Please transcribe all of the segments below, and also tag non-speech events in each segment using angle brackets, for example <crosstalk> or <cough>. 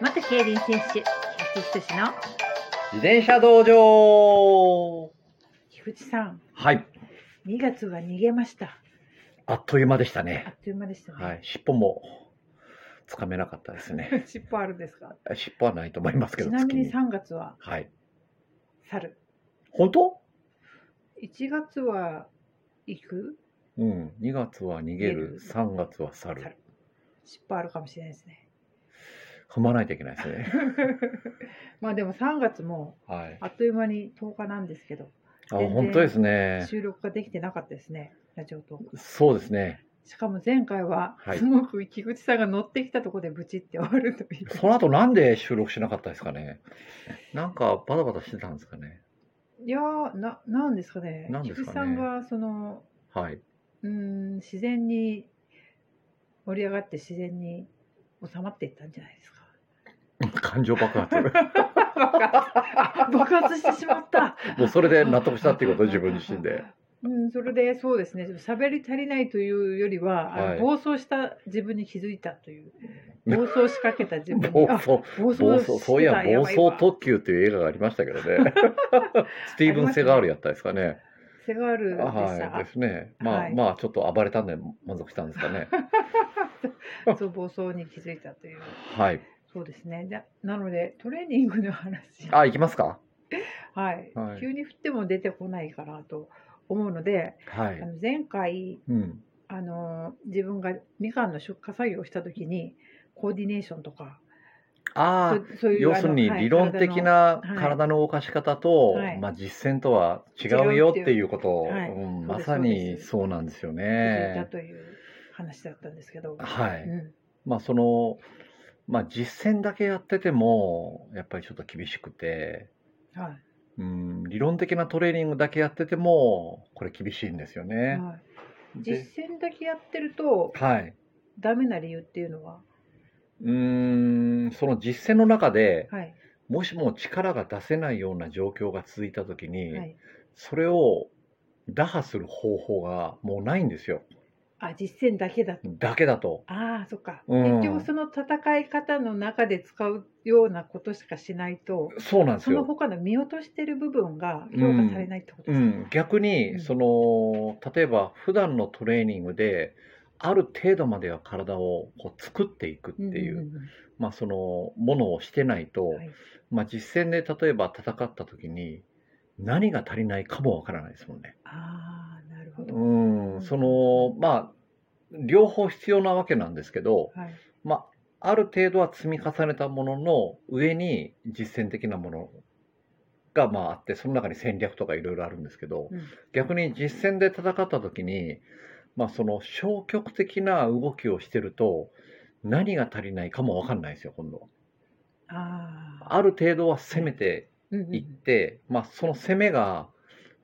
元競輪選手、菊池仁の自転車道場菊池さん、はい。 2月は逃げました。あっという間でしたあね。っという間でしたね。はい。尻尾もつかめなかったですね。 <laughs> 尻尾あるんですかあ尻尾はないと思いますけちど、なみに月に3月ははい。猿。本当1月は行くうん。2月は逃げ逃げるる、 3月は去る猿。尻尾あるかもしれないですね。踏まないといけないですね。 <laughs> まあでも3月もはい。あっという間に10日なんですけど、あ、全然本当ですね。収録ができてなかったですね、ラジオトーク。そうですね。しかも前回ははいすごく菊池さんが乗ってきたところでブチって終わるという。その後なんで収録しなかったですかね。なんかバタバタしてたんですかね。いやーななんですかねなんです菊かね池さんがそのはい。 <laughs> うーん自然に盛り上がって自然に収まっていったんじゃない <laughs> ですか感情爆発。爆発爆発してしまった、もうそれで納得したっていうこと、自分自身で。うん、それでそうですね喋り足りないというよりは、はいあの暴走した自分に気づいたという暴走しかけた自分暴にあ走。暴暴して走たそういやや暴ばいわ走特急っていう映画がありましたけ <laughs> どねスティーブン・セガールやったですかねセガールであした、はいですねまあ、はいまあちょっと暴れたんで満足したんです <laughs> かね <laughs> そう暴走に気づいたというはいそうですねななのでトレーニングの話あ行きますかはい、はい急に振っても出てこないかなと思うので、はあい、の前回、うん、あのー自分がみかんの出荷作業をした時にコーディネーションとかああそそういう要するにあのはい理論体的のな体のはい体の動かし方と、はいまあ、実践とは違うよっていうことを、違うっていうはいうそうんまですさそうにですそうなんですよ気づいたね。という話だったんですけど、はうい、ん、まあそのまあ実践だけやっててもやっぱりちょっと厳しくて、はうん、理論的なトレーニングだけやってても、これ厳しいんですよい、ね。はい、で実践だけやってるとはい。ダメな理由っていうのは、うーん、その実践の中で、はいもしも力が出せないような状況が続いたときに、はい、それを打破する方法がもうないんですよ。あ実践だけだと。だけだと。ああそっか、うん結局その戦い方の中で使うようなことしかしないとそうなんでそすのよ。他の見落としてる部分が評価されないってことうですか、ん、逆うんに、その、例えば普段のトレーニングで、ある程度までは体をこう作っていくっていんう、んんまあその、ものをしてないと、はいまあ、実戦で例えば戦った時に何が足りないかもわからないですもんね。ああなるほど、うんそのまあ両方必要なわけなんですけど、はい、まあ、ある程度は積み重ねたものの上に実践的なものがまああってその中に戦略とかいろいろあるんですけどうん逆に実戦で戦った時に、まあ、その消極的な動きをしてると何が足りないかもわかんないですよ今度は。ああある程度は攻めてうんうん行って、まあ、その攻めが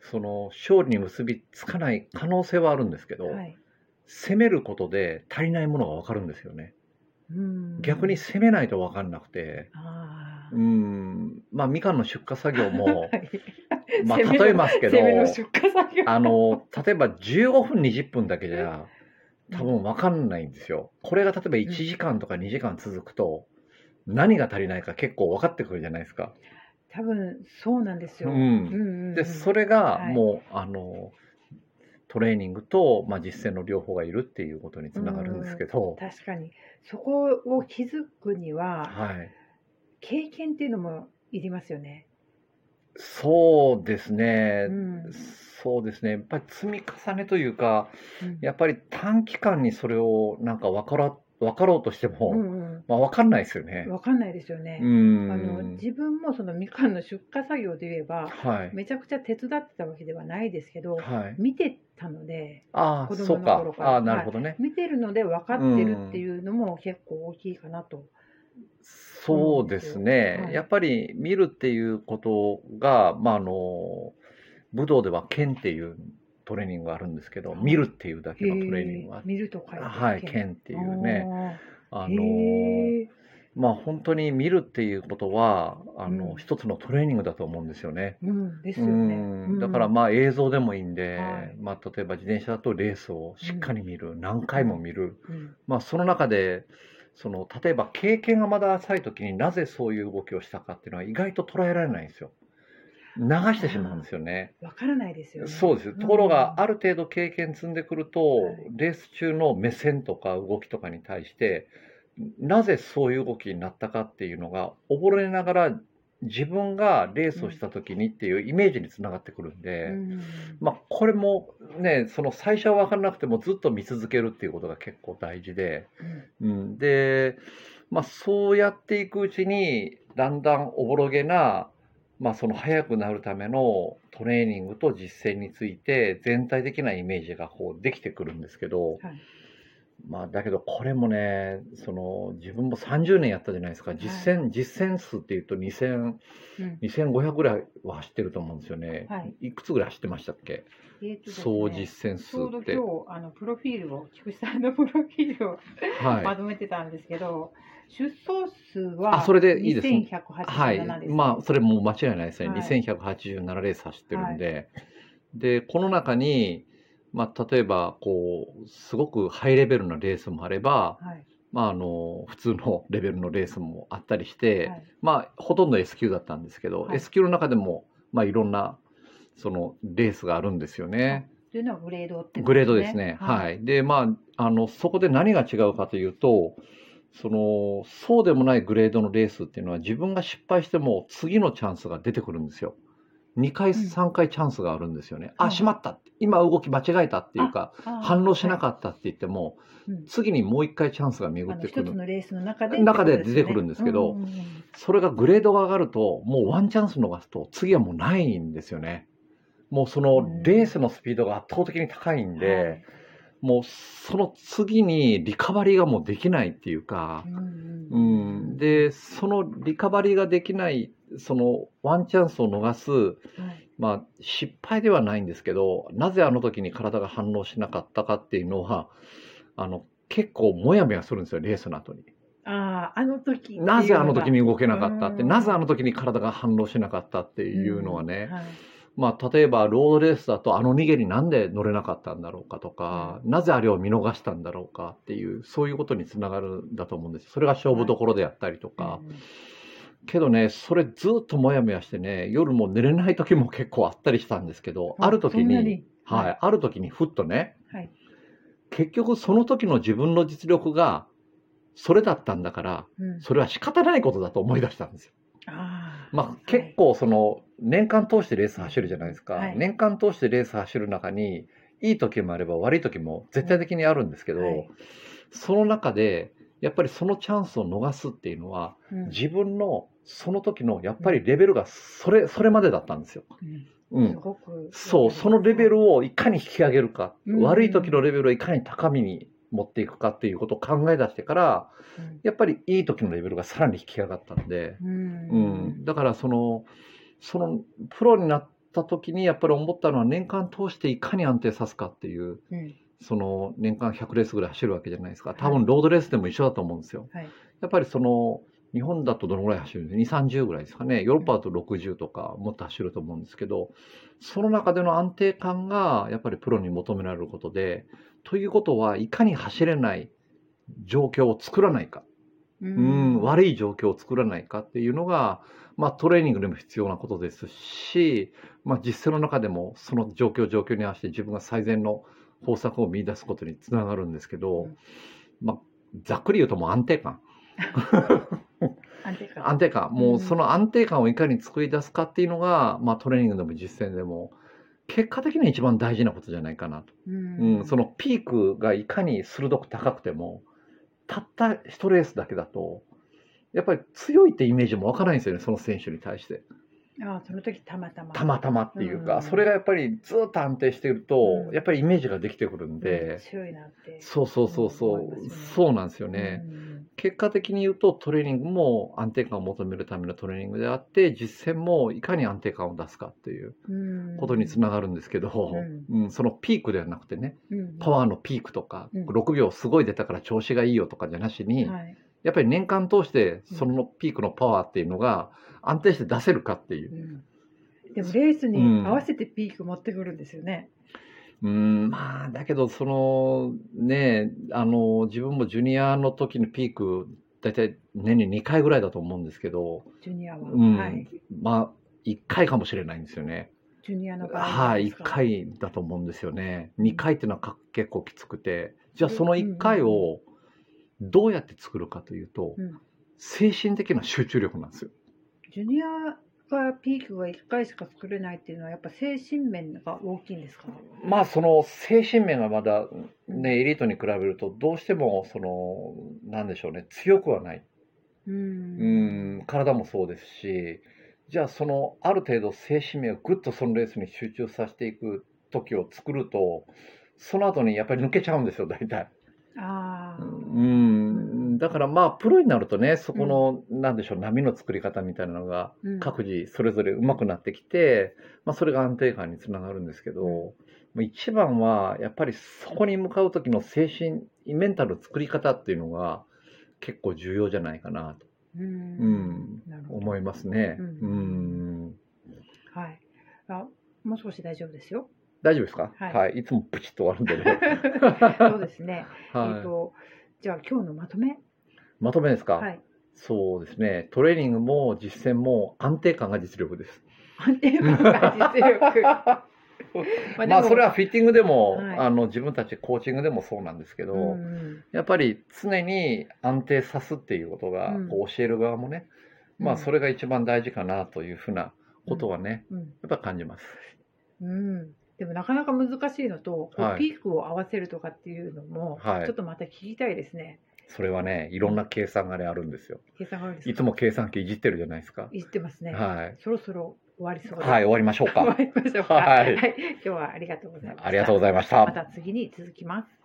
その勝利に結びつかない可能性はあるんですけど、はい、攻めることで足りないものが分かるんですよねうん逆に攻めないと分かんなくてああうんまあみかんの出荷作業も <laughs> は、いまあ、攻めの例えますけど攻めの出荷作業あの例えば15分20分だけじゃ多分分かんないんですよこれが例えば1時間とか2時間続くと何が足りないか結構分かってくるじゃないですか。多分そうなんですよ、ううんんうんうん、でそれがもう、あのトレーニングと、まあ、実践の両方がいるっていうことにつながるんですけど、確かにそこを気づくにははい、経験っていうのもいりますよね、そうですね、うんうんそうですねやっぱり積み重ねというかやっぱり短期間にそれをなんか分から分かろうとしても、うんまあ、分かんないですようねん、。わかんないですよねう、んあの自分もそのみかんの出荷作業で言えばはいめちゃくちゃ手伝ってたわけではないですけど、はい、見てたのでああ子供のそうか頃からああなるほどね、見てるので分かってるっていうのも結構大きいかなと、そうですね、はいやっぱり見るっていうことが、まあ、あの武道では剣っていうトレーニングがあるんですけど、はい見るっていうだけへのトレーニングがあって、見ると書いてはい、剣っていうねあのまあ本当に見るっていうことはあの、うん一つのトレーニングだと思うんですよね。うんですうよね、んだからまあ映像でもいいんで、はいまあ、例えば自転車だとレースをしっかり見る、何回も見る、うんまあ、その中でその例えば経験がまだ浅い時になぜそういう動きをしたかっていうのは意外と捉えられないんですよ流してしまうんですよねわからないですよね。そうですんところがある程度経験積んでくると、はいレース中の目線とか動きとかに対してなぜそういう動きになったかっていうのが溺れながら自分がレースをした時にっていうイメージにつながってくるんで、うんまあ、これもねその最初は分からなくてもずっと見続けるっていうことが結構大事で、うんうん、で、まあ、そうやっていくうちにだんだんおぼろげな、まあ、その速くなるためのトレーニングと実践について全体的なイメージがこうできてくるんですけど、はいまあ、だけどこれもねその自分も30年やったじゃないですか実践,、実践数っていうと2000うん2500ぐらいは走ってると思うんですよね、はい、くつぐらい走ってましたっけえーとですね総実践ち数ょうどって、今日あのプロフィールを菊池さんのプロフィールをまはい、とめてたんですけど、出走数あはそれでいいです2187はいです。まあそれもう間違いないですね、はい2187レース走ってるんで、でこの中に、まあ、例えばこうすごくハイレベルなレースもあれば、はいまあ、あの普通のレベルのレースもあったりして、はいまあほとんど S 級だったんですけど、はい S 級の中でも、まあ、いろんなそのレースがあるんですよね。というのはグレードってことグレードですね。はい。で、まあ、あの、そこで何が違うかというと、その、そうでもないグレードのレースっていうのは自分が失敗しても次のチャンスが出てくるんですよ。2回、ん3回チャンスがあるんですよね。はあ、いしまったって今動き間違えたっていうか、あー反応しなかったって言っても、はいうん次にもう1回チャンスが巡あっのてく一つる。のレースの中で中で出てくるんですけどうんうんうんそれがグレードが上がると、もうワンチャンス逃すと、次はもうないんですよね。もうそのレースのスピードが圧倒的に高いんで、はいもうその次にリカバリーがもうできないっていうかう、んううんん、で、そのリカバリーができない、そのワンチャンスを逃す、はいまあ失敗ではないんですけど、なぜあの時に体が反応しなかったかっていうのは、あの、結構モヤモヤするんですよ、レースの後に。あーあの時っていうのがなぜあの時に動けなかったって、うんなぜあの時に体が反応しなかったっていうのはね、はいまあ、例えばロードレースだとあの逃げになんで乗れなかったんだろうかとか、なぜあれを見逃したんだろうかっていうそういうことにつながるんだと思うんですそれが勝負どころであったりとか、うんけどねそれずっともやもやしてね夜も寝れない時も結構あったりしたんですけど、ある時そんなに、はいある時にふっとねはい結局その時の自分の実力がそれだったんだからうんそれは仕方ないことだと思い出したんですよあーまあ、結構その年間通してレース走るじゃないですか、はい年間通してレース走る中にいい時もあれば悪い時も絶対的にあるんですけど、はいその中でやっぱりそのチャンスを逃すっていうのはうん自分のその時のやっぱりレベルがそれそれまでだったんですよ。ううんすんごくそうそのレベルをいかに引き上げるか、うん悪い時のレベルをいかに高みに持っていくかっていうことを考え出してからうんやっぱりいい時のレベルがさらに引き上がったんで、うんうん、だからそのそのプロになった時にやっぱり思ったのは年間通していかに安定さすかっていううんその年間100レースぐらい走るわけじゃないですかい多分ロードレースでも一緒だと思うんですよ、はいやっぱりその日本だとどのぐらい走るんですか2 3 0ぐらいですかねヨーロッパだと60とかもっと走ると思うんですけどその中での安定感がやっぱりプロに求められることでということはいかに走れない状況を作らないかううん、い悪い状況を作らないかっていうのが、まあ、トレーニングでも必要なことですし、まあ、実践の中でもその状況状況に合わせて自分が最善の方策を見出すことにつながるんですけど、うんまあ、ざっくり言うともう安定感安定感安定感もうその安定感をいかに作り出すかっていうのが、まあ、トレーニングでも実践でも結果的には一番大事なことじゃないかなと。うん、そのピークがいかに鋭く高くてもたった一レースだけだとやっぱり強いってイメージも湧かないんですよねその選手に対してああその時たまたまたまたまっていううんうんか、うんそれがやっぱりずっと安定していると、うんやっぱりイメージができてくるんうんで、強いなってそうそうそうそう、うん思いますよねそうなんですよね、うん結果的に言うとトレーニングも安定感を求めるためのトレーニングであって実践もいかに安定感を出すかっていううんことにつながるんですけど、ううんそのピークではなくてねうんパワーのピークとか、うん6秒すごい出たから調子がいいよとかじゃなしに、はいやっぱり年間通してそのピークのパワーっていうのが安定して出せるかっていうう。んでもレースに合わせてピーク持ってくるんですよね。うんまあだけどそのねあの自分もジュニアの時のピーク大体年に2回ぐらいだと思うんですけど、ジュニアは。うんはい。まあ1回かもしれないんですよね。ジュニアの場合はい、です1か。回だと思うんですよね。2回っていうのはか結構きつくて、じゃあその1回をどうやって作るかというとうん、精神的な集中力なんですよ。ジュニアがピークが1回しか作れないっていうのは、やっぱ精神面が大きいんですか。まあその精神面がまだね、エリートに比べるとどうしてもその、なんでしょうね、強くはない。う。うんん、体もそうですし、じゃあそのある程度精神面をぐっとそのレースに集中させていく時を作ると、その後にやっぱり抜けちゃうんですよ、大体。ああ。うん、だからまあプロになるとね、そこの、なんでしょう、波の作り方みたいなのがうん各自それぞれ上手くなってきて、まあ、それが安定感につながるんですけど、うんもう一番はやっぱりそこに向かう時の精神メンタルの作り方っていうのが結構重要じゃないかなと、う。うんん、なるほど。思いますね。ううんんはい。あ、もう少し大丈夫です <laughs> よ。大丈夫ですか、はいい、いつもプチッと終わるんで <laughs> ね、そうですね。えっはい、と、じゃあ今日のまとめ。まとめですか、はい。 <laughs> そうですねトレーニングも実践も安定感が実力 <laughs> です。安定感が実 <laughs> 力。ままあそれはフィッティングでも、はいあの自分たちコーチングでもそうなんですけど、うんやっぱり常に安定さすっていうことが、うんこう教える側もね、まあそれが一番大事かなというふうなことはね、うん、やっぱ感じます。うん、でもなかなか難しいのと、こうはいピークを合わせるとかっていうのも、はいちょっとまた聞きたいですね。それはね、いろんな計算がねあるんですよ。計算があるんですかいつも計算機いじってるじゃないですか。いじってますね。はい。そろそろ終わりそうです。はい、終わりましょう終わか。りましょうか。はいはい、今日はありがとうございました。ありがとうございましまた。た次に続きます。